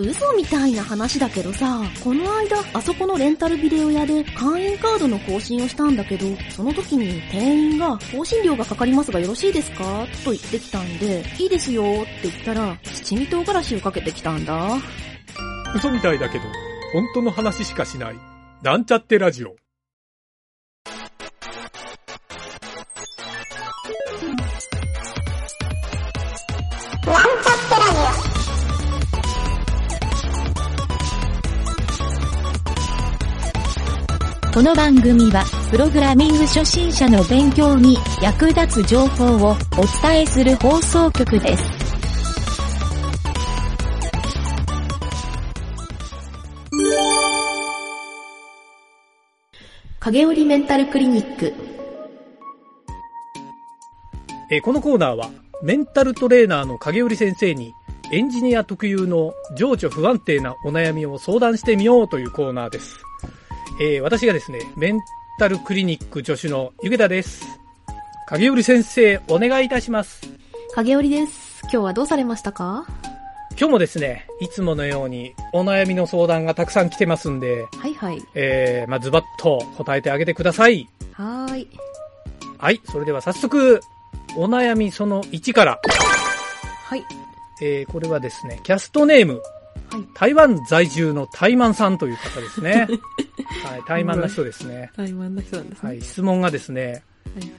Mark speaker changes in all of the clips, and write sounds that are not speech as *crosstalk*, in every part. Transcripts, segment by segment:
Speaker 1: 嘘みたいな話だけどさ、この間、あそこのレンタルビデオ屋で会員カードの更新をしたんだけど、その時に店員が、更新料がかかりますがよろしいですかと言ってきたんで、いいですよって言ったら、七味唐辛子をかけてきたんだ。
Speaker 2: 嘘みたいだけど、本当の話しかしない。なんちゃってラジオ。
Speaker 3: この番組は、プログラミング初心者の勉強に役立つ情報をお伝えする放送局です。
Speaker 1: 影織メンタルクリニック。
Speaker 2: えーこのコーナーは、メンタルトレーナーの影織先生に、エンジニア特有の情緒不安定なお悩みを相談してみようというコーナーです。えー私がですね、メンタルクリニック助手のゆげたです。影織先生、お願いいたします。
Speaker 1: 影織です。今日はどうされましたか
Speaker 2: 今日もですね、いつものようにお悩みの相談がたくさん来てますんで、
Speaker 1: はいはい。
Speaker 2: えー、まあ、ズバッと答えてあげてください。
Speaker 1: はーい。
Speaker 2: はい、それでは早速、お悩みその1から。
Speaker 1: はい。
Speaker 2: えー、これはですね、キャストネーム、
Speaker 1: はい
Speaker 2: 台湾在住のタイマンさんという方です
Speaker 1: *laughs*
Speaker 2: ね。はい、タイマンな人ですね。
Speaker 1: 台湾の人なんです
Speaker 2: はい、質問がですね、
Speaker 1: はい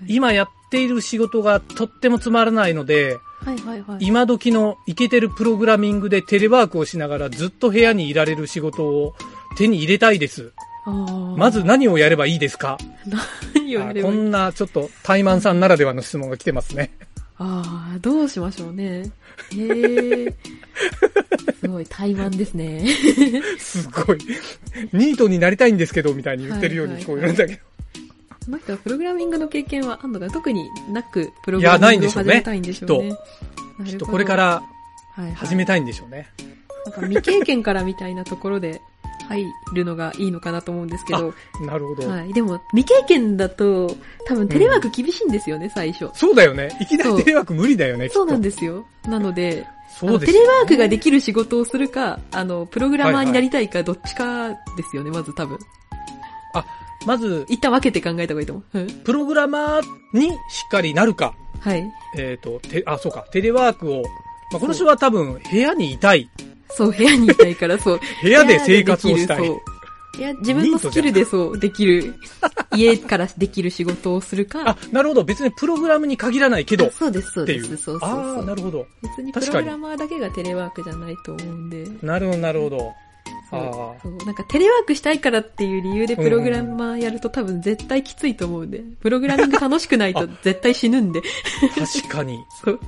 Speaker 2: 今やっている仕事がとってもつまらないので、
Speaker 1: はいはいはいはい。
Speaker 2: 今時のイケてるプログラミングでテレワークをしながらずっと部屋にいられる仕事を手に入れたいです。
Speaker 1: あー
Speaker 2: まず、何をやればいいですか
Speaker 1: 何をや
Speaker 2: あ
Speaker 1: れば
Speaker 2: こ
Speaker 1: いい
Speaker 2: んなちょっとタイマンさんならではの質問が来てますね。
Speaker 1: ああ、どうしましょうね。へえ。すごい、台湾ですね。 *laughs*
Speaker 2: すごい。ニートになりたいんですけど、みたいに言ってるように聞こえるんだけど。
Speaker 1: この人はプログラミングの経験はあんのか特になく、プロ
Speaker 2: い
Speaker 1: グ
Speaker 2: や
Speaker 1: ラ
Speaker 2: ない
Speaker 1: ミ
Speaker 2: ん
Speaker 1: ングを
Speaker 2: でしょう
Speaker 1: 始
Speaker 2: ね
Speaker 1: めたいんでしょうね。なるほど
Speaker 2: きっとこれか、ら
Speaker 1: はいはい
Speaker 2: 始めたいんでしょうね。
Speaker 1: なんか未経験からみたいなところで入るのがいいのかなと思うんですけど、
Speaker 2: なるほど。
Speaker 1: はい。でも、未経験だと、多分テレワーク厳しいんですよね、最初。
Speaker 2: そうだよね。いきな
Speaker 1: そ
Speaker 2: り
Speaker 1: う
Speaker 2: テレワーク無理だよね、
Speaker 1: そうなん
Speaker 2: で
Speaker 1: ですよ。なので、
Speaker 2: す。
Speaker 1: あ
Speaker 2: そ
Speaker 1: の
Speaker 2: うで
Speaker 1: テ
Speaker 2: す。
Speaker 1: レワークができる仕事をするか、あの、プログラマーになりたいか、どっちかですよね、まず多分。
Speaker 2: まず、
Speaker 1: 一旦分けて考えた方がいいと思う。うん
Speaker 2: プログラマーにしっかりなるか。
Speaker 1: はい。
Speaker 2: えっ、と、て、あ、そうか、テレワークを。まあ、この人は多分、部屋にいたい。
Speaker 1: そう、部屋にいたいから、そう。
Speaker 2: *laughs* 部屋で生活をしたい。
Speaker 1: 部屋でできるそう。いや、自分のスキルでそう、でき
Speaker 2: *laughs*
Speaker 1: る。家からできる仕事をするか。
Speaker 2: あ、なるほど。別にプログラムに限らないけど。っ
Speaker 1: そうです、そう
Speaker 2: て
Speaker 1: で
Speaker 2: いう。
Speaker 1: す。そうそう
Speaker 2: あ
Speaker 1: そ
Speaker 2: あ、
Speaker 1: う。
Speaker 2: なるほど。
Speaker 1: 別にプ
Speaker 2: 確
Speaker 1: ロ
Speaker 2: かに
Speaker 1: グラマーだけがテレワークじゃないと思うんで。
Speaker 2: なるほど、なるほど。
Speaker 1: そ
Speaker 2: あ
Speaker 1: う
Speaker 2: ー
Speaker 1: そうなんかテレワークしたいからっていう理由でプログラマーやると多分絶対きついと思うんで。プログラミング楽しく
Speaker 2: *laughs*
Speaker 1: ないと絶対死ぬんで。
Speaker 2: 確かに。
Speaker 1: そう。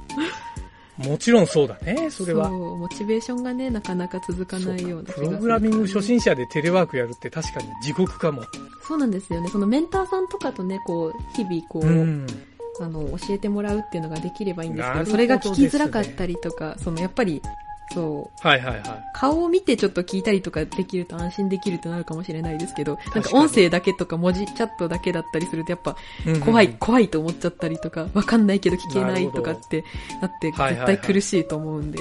Speaker 2: もちろんそうだね、それは。
Speaker 1: う、モチベーションがね、なかなか続かないような気がす
Speaker 2: プ
Speaker 1: る
Speaker 2: ログラミング初心者でテレワークやるって確かに地獄かも。
Speaker 1: そうなんですよね。そのメンターさんとかとね、こう、日々こう、
Speaker 2: うん。
Speaker 1: あの、教えてもらうっていうのができればいいんですけ
Speaker 2: なる
Speaker 1: ど、
Speaker 2: ほど
Speaker 1: それが聞きづらかったりとか、そのやっぱり、そう、
Speaker 2: はいはいはい。
Speaker 1: 顔を見てちょっと聞いたりとかできると安心できるとなるかもしれないですけど、なん
Speaker 2: 確
Speaker 1: か
Speaker 2: かに
Speaker 1: 音声だけとか文字チャットだけだったりするとやっぱ
Speaker 2: うん
Speaker 1: 怖い、。怖いと思っちゃったりとか、わかんないけど聞け
Speaker 2: な
Speaker 1: な
Speaker 2: る
Speaker 1: い
Speaker 2: ほ
Speaker 1: と
Speaker 2: ど
Speaker 1: かってなって
Speaker 2: はいはい
Speaker 1: 絶
Speaker 2: はい
Speaker 1: 対苦しいと思うんで。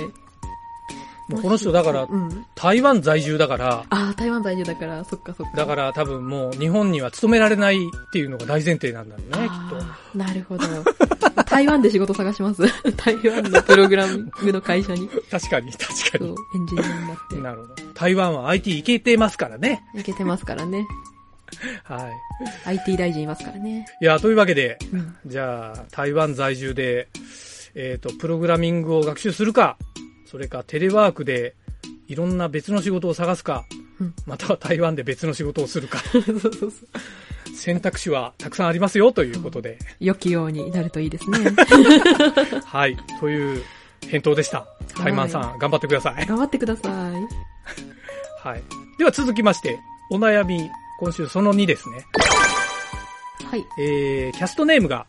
Speaker 2: もうこの人だから、
Speaker 1: うん。
Speaker 2: 台湾在住だから、
Speaker 1: ああ、台湾在住だから、そっかそっか。
Speaker 2: だから多分もう日本には勤められないっていうのが大前提なんだろうね、きっと。
Speaker 1: あーなるほど。 *laughs* 台湾で仕事探します。 *laughs* 台湾のプログラミングの会社に。
Speaker 2: 確かに、確か
Speaker 1: そう、エンジニアになって
Speaker 2: に。。なるほど。台湾は IT 行けてますからね。
Speaker 1: いけてますからね。
Speaker 2: はい。
Speaker 1: IT 大臣いますからね。
Speaker 2: いや、というわけで、
Speaker 1: うん。
Speaker 2: じゃあ、台湾在住で、えっ、と、プログラミングを学習するか、それかテレワークで、いろんな別の仕事を探すか、
Speaker 1: うん
Speaker 2: または台湾で別の仕事をするか、
Speaker 1: そうそうそう。
Speaker 2: 選択肢はたくさんありますよ、というこ
Speaker 1: *laughs*
Speaker 2: とで。
Speaker 1: 良きようになるといい
Speaker 2: *laughs*
Speaker 1: ですね。
Speaker 2: はい。という返答でした。タイマンさん、頑張ってください。
Speaker 1: 頑張ってください。
Speaker 2: はい。では続きまして、お悩み、今週その2ですね。
Speaker 1: はい。
Speaker 2: えー、キャストネームが、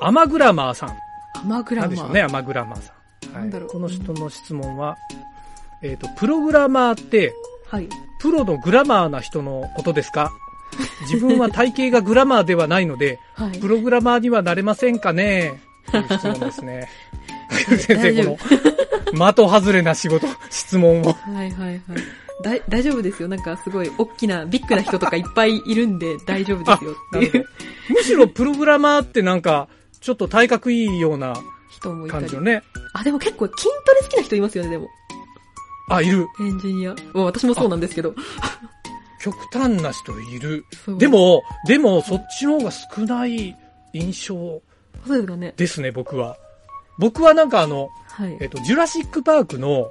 Speaker 2: アマグラマーさん。
Speaker 1: アマグラ
Speaker 2: な
Speaker 1: マー。
Speaker 2: んでしょうね、アマグラマーさん。は
Speaker 1: ないんだろう
Speaker 2: この人の質問は、えっ、と、プログラマーって、
Speaker 1: はい。
Speaker 2: プロのグラマーな人のことです
Speaker 1: *laughs*
Speaker 2: か自分は体型がグラマーではないので、
Speaker 1: はい
Speaker 2: プ。ロ *laughs* グラマーにはなれませんかねという質問ですね。先生、この、的外れな仕事、質問を。
Speaker 1: はいはいはい。だい大丈夫ですよ。なんかすごい大きな、ビッグな人とかいっぱいいるんで大丈夫ですよ
Speaker 2: な
Speaker 1: ってい
Speaker 2: る
Speaker 1: う
Speaker 2: ほどむしろプログラマーってなんか、ちょっと体格いいような
Speaker 1: 人もいた
Speaker 2: 感じ
Speaker 1: り
Speaker 2: よ。ね。
Speaker 1: あ、でも結構筋トレ好きな人いますよね、でも。
Speaker 2: あ、いる。
Speaker 1: エンジニア。まあ私もそうなんですけど。
Speaker 2: 極端な人いる。
Speaker 1: そう
Speaker 2: で、も、でも、そっちの方が少ない印象
Speaker 1: そうですかね。
Speaker 2: ですね、僕は。僕はなんかあの、
Speaker 1: はい。
Speaker 2: えっと、ジュラシックパークの、
Speaker 1: は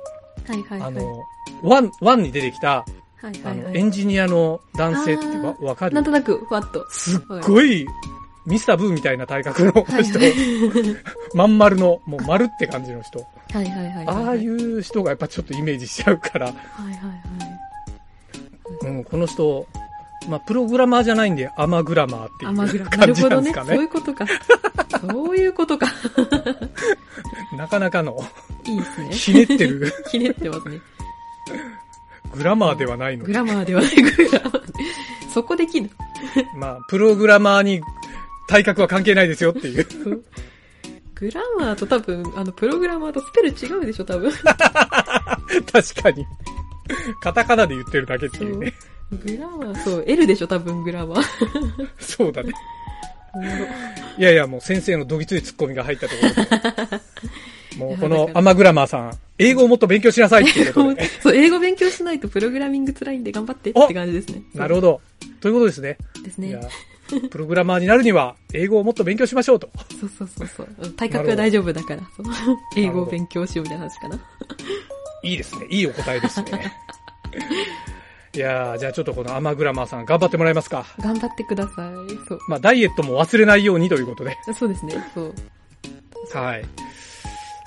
Speaker 1: いはいはい。
Speaker 2: あの、ワン、ワンに出てきた、
Speaker 1: はいは
Speaker 2: あ
Speaker 1: い
Speaker 2: の、
Speaker 1: は
Speaker 2: エ
Speaker 1: い。
Speaker 2: ンジニアの男性ってわ
Speaker 1: あ
Speaker 2: わかる
Speaker 1: なんとなく、ふわ
Speaker 2: *laughs*
Speaker 1: っと。
Speaker 2: すっごい、ミスターブーみたいな体格の人、まん丸の、もう丸って感じの人。
Speaker 1: はいはいはいはい。
Speaker 2: ああい。う人がやっぱちょっとイメージしちゃうから、
Speaker 1: はいはいはい。
Speaker 2: うん、この人、まあ、プログラマーじゃないんで、アマグラマーって
Speaker 1: あ、マグ
Speaker 2: いう
Speaker 1: ラ。な
Speaker 2: 感
Speaker 1: る
Speaker 2: じ
Speaker 1: ほ
Speaker 2: な
Speaker 1: ど
Speaker 2: んで
Speaker 1: ね。
Speaker 2: すか
Speaker 1: そ
Speaker 2: *laughs* ね。
Speaker 1: ういうことか。そういうことか。 *laughs*
Speaker 2: なかなかの、
Speaker 1: いいですね。
Speaker 2: ひねってる
Speaker 1: ひねってますね。
Speaker 2: グラマーではないの
Speaker 1: グ
Speaker 2: で、
Speaker 1: ラマーではない、グラマーで。そこできんの
Speaker 2: まあ、プログラマーに体格は関係ないですよっていう。
Speaker 1: そうグラマーと多分、あの、プログラマーとスペル違うでしょ、多分。
Speaker 2: 確かに。カタカナで言ってるだけって
Speaker 1: そ
Speaker 2: いう
Speaker 1: う
Speaker 2: ね。
Speaker 1: グラマー、そう、L でしょ、多分、グラマー。
Speaker 2: そうだね。いやいや、もう先生のどぎつい突っ込みが入ったところで。もうこのアマグラマーさん、英語をもっと勉強しなさいってい
Speaker 1: *laughs*
Speaker 2: うことで、ね。
Speaker 1: そう、英語勉強しないとプログラミング辛いんで頑張ってって感じですね。
Speaker 2: なるほど。ということですね。
Speaker 1: ど。です
Speaker 2: い
Speaker 1: ね
Speaker 2: や。、プログラマーになるには、英語をもっと勉強しましょうと。
Speaker 1: そうそうそうそう。体格は大丈夫だから、そう英語を勉強しようみたいな話かな。
Speaker 2: いいですね。いいお答えですね。いやー、じゃあちょっとこのアマグラマーさん、頑張ってもらえますか。
Speaker 1: 頑張ってください。そう。
Speaker 2: まあ、ダイエットも忘れないようにということで。
Speaker 1: そうですね、そう。
Speaker 2: はい。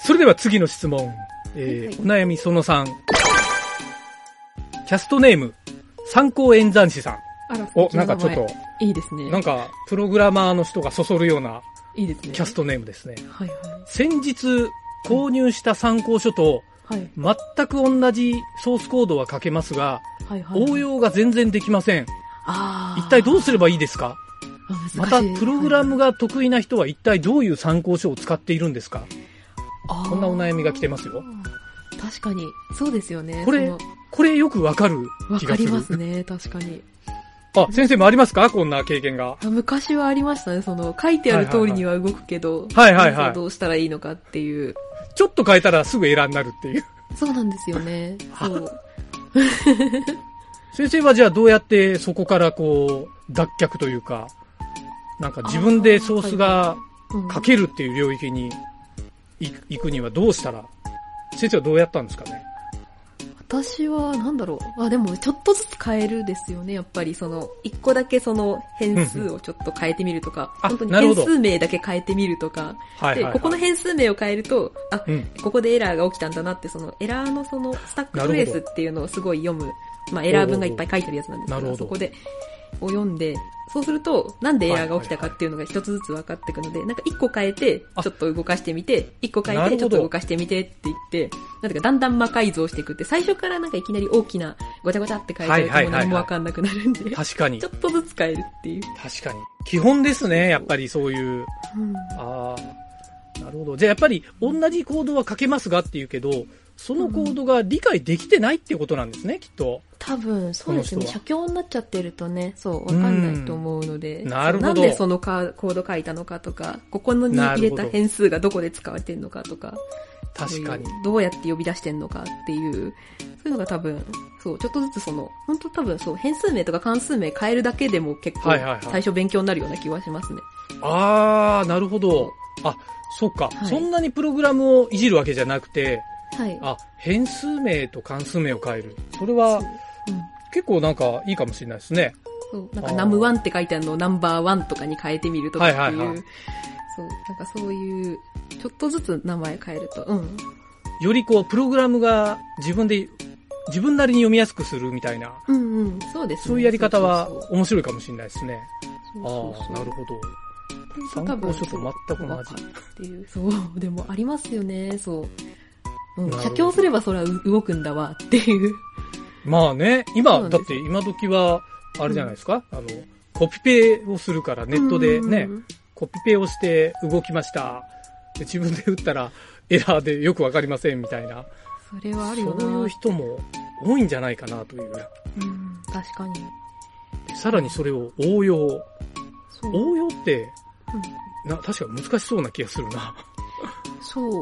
Speaker 2: それでは次の質問。えーお悩みその3。キャストネーム、参考演算師さん。
Speaker 1: あら、
Speaker 2: お、なんかちょっと、
Speaker 1: と。いいですね
Speaker 2: な。んか、プログラマーの人がそそるようない
Speaker 1: いですね。
Speaker 2: キャストネームですね。
Speaker 1: はいはい。
Speaker 2: 先日、購入した参考書と、
Speaker 1: はい。
Speaker 2: 全く同じソースコードは書けますが、
Speaker 1: はいはい。
Speaker 2: 応。用が全然できません。
Speaker 1: ああ。
Speaker 2: 一体どうすればいいですかまた、プログラム
Speaker 1: が、
Speaker 2: が得意な人は一体どういう参考書を使っているんですかこんなお悩みが来てますよ。
Speaker 1: 確かに、そうですよね。
Speaker 2: これ
Speaker 1: その
Speaker 2: これよくわかる
Speaker 1: わ
Speaker 2: 気
Speaker 1: か
Speaker 2: がす
Speaker 1: り
Speaker 2: る。
Speaker 1: ますね、確かに。
Speaker 2: あ、先生もありますかこんな経験が。
Speaker 1: あ昔はありましたね、その、書いてある通りには動くけど、
Speaker 2: はいはいはいはいはいはい
Speaker 1: そのどうしたらいいのかっていう。
Speaker 2: ちょっと変えたらすぐエラーになるっていう。
Speaker 1: そうなんですよね。そう。
Speaker 2: 先生はじゃあどうやってそこからこう、脱却というか、なんか自分でソースが
Speaker 1: うん
Speaker 2: 書けるっていう領域にい行くにはどうしたら、先生はどうやったんですかね
Speaker 1: 私は、なんだろう。あ、でも、ちょっとずつ変えるですよね、やっぱり。その、一個だけその、変数をちょっと変えてみるとか、
Speaker 2: あ
Speaker 1: 本当に
Speaker 2: なるほ
Speaker 1: 変
Speaker 2: ど
Speaker 1: 数名だけ変えてみるとか、
Speaker 2: はいはい、
Speaker 1: で、
Speaker 2: はい。
Speaker 1: ここの変数名を変えると、あ、
Speaker 2: うん。
Speaker 1: ここでエラーが起きたんだなって、そのエラーのそのスタックトレースっていうのをすごい読む、まあエラー文がいっぱい書いてるやつなんです
Speaker 2: な
Speaker 1: け
Speaker 2: るほ
Speaker 1: ど、
Speaker 2: ど
Speaker 1: そこで、を読んで、そうすると、なんでエラーが起きたかっていうのが一つずつ分かっていくので、なんか一個変えて、
Speaker 2: あ
Speaker 1: ちょっと動かしてみて、一個変
Speaker 2: な
Speaker 1: え
Speaker 2: る
Speaker 1: て、
Speaker 2: ほ
Speaker 1: ちょ
Speaker 2: ど
Speaker 1: っと動かしてみてって言って、なんていうかだんだん魔改造していくって、最初からなんかいきなり大きなごちゃごちゃって変えちゃ
Speaker 2: は
Speaker 1: う
Speaker 2: い
Speaker 1: ともう
Speaker 2: はいはいはい
Speaker 1: 何も分かんなくなるんで、ち
Speaker 2: 確かに
Speaker 1: ょ。っとずつ変えるっていう。
Speaker 2: 確かに。基本ですね、やっぱりそういう。ああ。なるほど。じゃあやっぱり同じコードは書けますがっていうけど、そのコードが理解できてないっていうことなんですね、きっと。
Speaker 1: 多分、そうう
Speaker 2: で
Speaker 1: ですす
Speaker 2: ねこの
Speaker 1: ね。
Speaker 2: 人は
Speaker 1: 写経になっちゃってるとね、そう、わかんないと思うので。
Speaker 2: うんなるほど
Speaker 1: そうなんでそのカコード書いたのかとか、ここのに入れ
Speaker 2: なるほ
Speaker 1: た
Speaker 2: ど
Speaker 1: 変数がどこで使われてるのかとか。
Speaker 2: 確かに
Speaker 1: そう。いうどうやって呼び出してんのかっていう、そういうのが多分、そう、ちょっとずつその、本当多分そう、変数名とか関数名変えるだけでも結構
Speaker 2: はいはいはい、
Speaker 1: 最初勉強になるような気はしますね。
Speaker 2: ああ、なるほど。あ、そっか、
Speaker 1: はい
Speaker 2: そんなにプログラムをいじるわけじゃなくて、
Speaker 1: はい。
Speaker 2: あ、変数名と関数名を変える。それは
Speaker 1: うん
Speaker 2: 結構なんかいいかもしれないですね。
Speaker 1: そう、なん
Speaker 2: あ
Speaker 1: か
Speaker 2: ー
Speaker 1: ナムワンって書いてあるのをナンバーワンとかに変えてみるとかっていう、
Speaker 2: はいはいはい
Speaker 1: そう、なんかそういう、ちょっとずつ名前変えると、うん、
Speaker 2: よりこう、プログラムが自分で、自分なりに読みやすくするみたいな、
Speaker 1: うんうん、そうですね。
Speaker 2: そういうやり方は
Speaker 1: そうそう
Speaker 2: 面白いかもしれないですね。ああ
Speaker 1: そう
Speaker 2: ー、なるほど。
Speaker 1: そう
Speaker 2: 参考書と全く同じ。
Speaker 1: っていう。そう、でもありますよね、そう。うん
Speaker 2: なる、ほど
Speaker 1: 写経すればそれは動くんだわっていう。
Speaker 2: まあね、
Speaker 1: そう
Speaker 2: 今、
Speaker 1: なん
Speaker 2: だ
Speaker 1: です
Speaker 2: っ
Speaker 1: よ
Speaker 2: て今時は、あれじゃないですか、あの、コピペをするからネットでね、
Speaker 1: うんうんうん
Speaker 2: コピペをして動きました。で自分で打ったらエラーでよくわかりませんみたいな、
Speaker 1: それはあるよな。
Speaker 2: そういう人も多いんじゃないかなという。
Speaker 1: うん、確かに。
Speaker 2: さらにそれを応用。
Speaker 1: そう。
Speaker 2: 応用って、
Speaker 1: うん
Speaker 2: な、確か難しそうな気がするな。
Speaker 1: そう、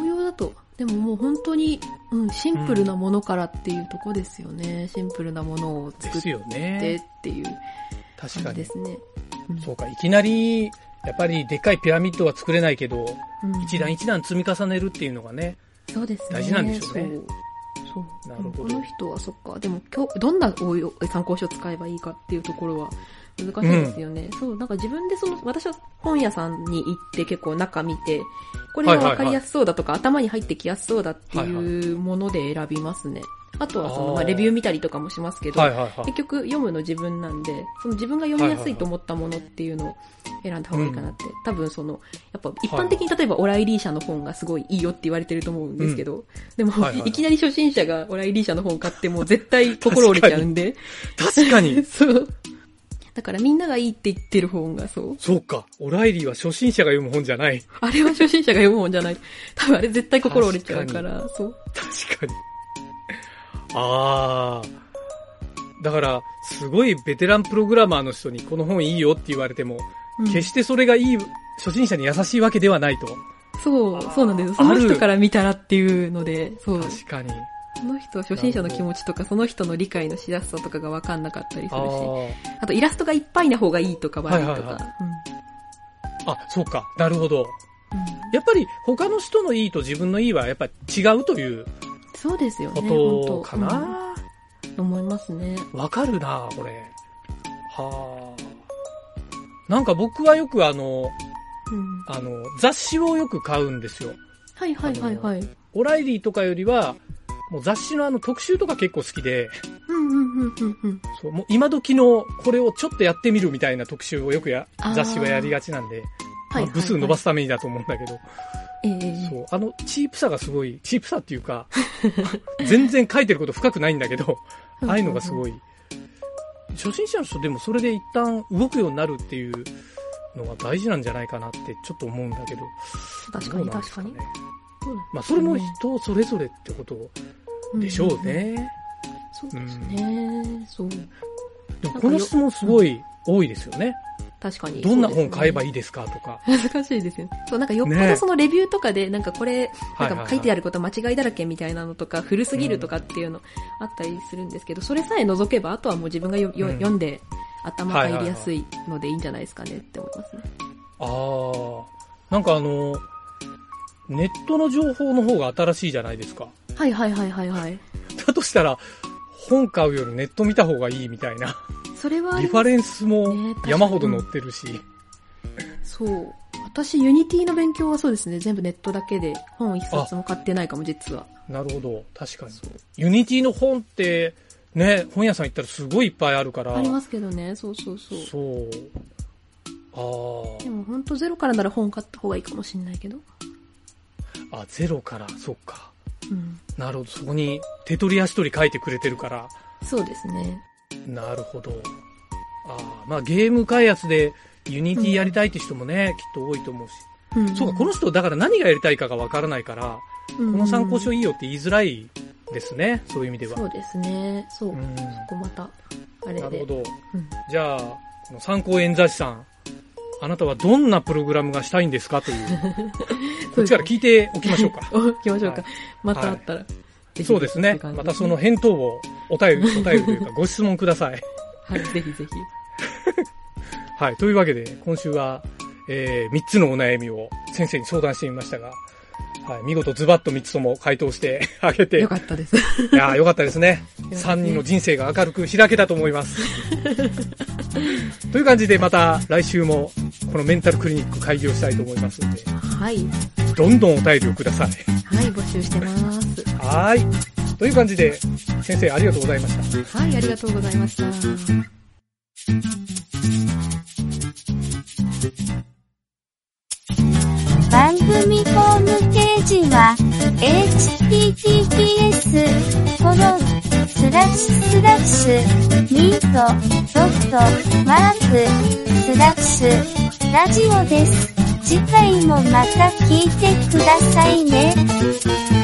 Speaker 1: 応用だと。でももう本当に、うん、シンプルなものからっていうとこですよね。シンプルなものを
Speaker 2: で
Speaker 1: 作っ
Speaker 2: す
Speaker 1: て
Speaker 2: よね。
Speaker 1: っていう
Speaker 2: 確か
Speaker 1: 感じで
Speaker 2: に。
Speaker 1: すね。うん
Speaker 2: そうか、いきなり、やっぱりでっかいピラミッドは作れないけ
Speaker 1: う
Speaker 2: ど、
Speaker 1: ん
Speaker 2: 一段一段積み重ねるっていうのがね、
Speaker 1: そうですね。
Speaker 2: 大事なんでしょうね
Speaker 1: そう。そう。
Speaker 2: なるほど
Speaker 1: この人はそっか。でも今日、どんな応用参考書を使えばいいかっていうところは難しいですよね。そう、なんか自分でその、私は本屋さんに行って結構中見て、これがわかりやすそうだとか、頭に入ってきやすそうだっていうもので選びますね。あとはその、まあ、
Speaker 2: あー
Speaker 1: レビュー見たりとかもしますけど、
Speaker 2: はいはいはい
Speaker 1: 結。局読むの自分なんで、その自分が読みやすいと思ったものっていうのを選んだ方がいいかなって。多分その、やっぱ一般的に例えばオライリー社の本がすごいいいよって言われてると思うんですけど、でも、
Speaker 2: はいはいいはい
Speaker 1: きなり初心者がオライリー社の本買っても絶対心折れちゃうんで。
Speaker 2: *laughs* 確か
Speaker 1: *laughs*
Speaker 2: に。
Speaker 1: そう。だからみんながいいって言ってる本がそう。
Speaker 2: そうか、オライリーは初心者が読む本じゃない。
Speaker 1: あれは初心者が読む本じゃない。多分あれ絶対心折れちゃうから、そう。
Speaker 2: 確かに。ああ。だから、すごいベテランプログラマーの人にこの本いいよって言われても、
Speaker 1: うん
Speaker 2: 決してそれがいい、初心者に優しいわけではないと。
Speaker 1: そう、そうなんです。そ
Speaker 2: あ
Speaker 1: の
Speaker 2: る
Speaker 1: 人から見たらっていうので、そう。
Speaker 2: 確かに。
Speaker 1: その人、初心者の気持ちとか、その人の理解のしやすさとかが分かんなかったりす
Speaker 2: あ
Speaker 1: るし、
Speaker 2: ー
Speaker 1: あとイラストがいっぱいな方がいいとか悪い
Speaker 2: は
Speaker 1: と
Speaker 2: いはいは
Speaker 1: か
Speaker 2: い。あ、そうか。なるほ
Speaker 1: う
Speaker 2: ど。
Speaker 1: んうん
Speaker 2: やっぱり他の人のいいと自分のいいはやっぱ違うという
Speaker 1: そうですよね。
Speaker 2: ことか
Speaker 1: 本当
Speaker 2: な。
Speaker 1: うん思いますね。
Speaker 2: わ、かるな、これ。はあ。なんか僕はよくあの、
Speaker 1: うん
Speaker 2: あの、雑誌をよく買うんですよ。
Speaker 1: はいはいはいはい。
Speaker 2: オライリーとかよりは、もう雑誌のあの特集とか結構好きで、
Speaker 1: うんうんうんうんうん。
Speaker 2: そう、もう今時のこれをちょっとやってみるみたいな特集をよくや
Speaker 1: あ、ー
Speaker 2: 雑誌はやりがちなんで、
Speaker 1: は
Speaker 2: まあ部数伸ば
Speaker 1: す。
Speaker 2: すためにだと思うんだけど、
Speaker 1: ええ
Speaker 2: そう、あのチープさがすごい、チープさっていうか、全然書いてること深くないんだけど、ああいうのがす
Speaker 1: い。
Speaker 2: ごい。初心者の人でもそれで一旦動くようになるっていうのが大事なんじゃないかなってちょっと思うんだけど。
Speaker 1: 確かに
Speaker 2: どうなんですね
Speaker 1: 確。そう
Speaker 2: まあそれも人それぞれってことでしょう。ね。
Speaker 1: そうですね。そう。
Speaker 2: でもこの質問すごい多いですよね。
Speaker 1: 確かに。
Speaker 2: どんな本買えば
Speaker 1: いい
Speaker 2: いいですかとか。
Speaker 1: 難しいですよね。そう、なんかよっぽ
Speaker 2: ねえ
Speaker 1: どそのレビューとかで、なんかこれ、
Speaker 2: は
Speaker 1: ないんか
Speaker 2: はいはい
Speaker 1: 書いてあること間違いだらけみたいなのとか、古すぎるとかっていうのあったりするんですけど、それさえ除けば、あとはもう自分がよよ
Speaker 2: うん
Speaker 1: 読んで、頭が入りやすいのでいいんじゃないですかねって思いますね。
Speaker 2: あー。なんかあの、ネットの情報の方が新しいじゃないですか。
Speaker 1: はいはいはいはいはい。
Speaker 2: だとしたら、本買うよりネット見た方がいいみたいな。
Speaker 1: それはあ
Speaker 2: リ
Speaker 1: り
Speaker 2: ファ
Speaker 1: ます、
Speaker 2: レンスも
Speaker 1: ね確かに
Speaker 2: 山ほど載ってるし。
Speaker 1: そう。私、ユニティの勉強はそうですね、全部ネットだけで、本一冊も買ってないかも、実は。
Speaker 2: なるほど。確かに。
Speaker 1: そう。
Speaker 2: ユニティの本って、ね、本屋さん行ったらすごいいっぱいあるから。
Speaker 1: ありますけどね、そうそうそう。
Speaker 2: そう。
Speaker 1: でも本当ゼロからなら本買った方がいいかもしれないけど。
Speaker 2: ああ。あ、ゼロから、そっか。
Speaker 1: うん。
Speaker 2: なるほど。そこに手取り足取り書いてくれてるから。
Speaker 1: そうですね。
Speaker 2: なるほど。ああ、まあゲーム開発でユニティやりたいって人もね、きっと多いと思うし。
Speaker 1: うん、
Speaker 2: そうか、この人だから何がやりたいかがわからないから、
Speaker 1: こ
Speaker 2: この参考書いいよって言いづらいですね。そういう意味では。
Speaker 1: そうですね。そう。
Speaker 2: う
Speaker 1: こ
Speaker 2: ん
Speaker 1: こまた、あれで。
Speaker 2: なるほど。
Speaker 1: うん
Speaker 2: じゃあ、この参考演座師さん、あなたはどんなプログラムがしたいんですかと *laughs* いう、こっちから聞いておきましょうか。
Speaker 1: お行きましょうか。
Speaker 2: は
Speaker 1: またあったら。ぜひ
Speaker 2: そうです
Speaker 1: っ
Speaker 2: ね
Speaker 1: て感。じ
Speaker 2: またその返答をお便り、お便りというかご質問ください。
Speaker 1: はい、ぜひぜひ。
Speaker 2: はい。というわけで、今週は、えー、3つのお悩みを先生に相談してみましたが、はい。見事ズバッと3つとも回答して *laughs* あげて、
Speaker 1: よかったです。
Speaker 2: いやーよかったですね。
Speaker 1: ですね
Speaker 2: 3人の人生が明るく開けたと思います。 *laughs* という感じでまた来週もこのメンタルクリニック開業したいと思いますので、
Speaker 1: はい。
Speaker 2: どんどんお便りをください。
Speaker 1: はい、募集してます。
Speaker 2: はーい。という感じで、先生ありがとうございました。
Speaker 1: はい、ありがとうございました。
Speaker 4: 番組ホームページは、https, コロン、スラッシュスラッシュ、ミート、ドット、マーク、スラッシュ、ラジオです。次回もまた聞いてくださいね。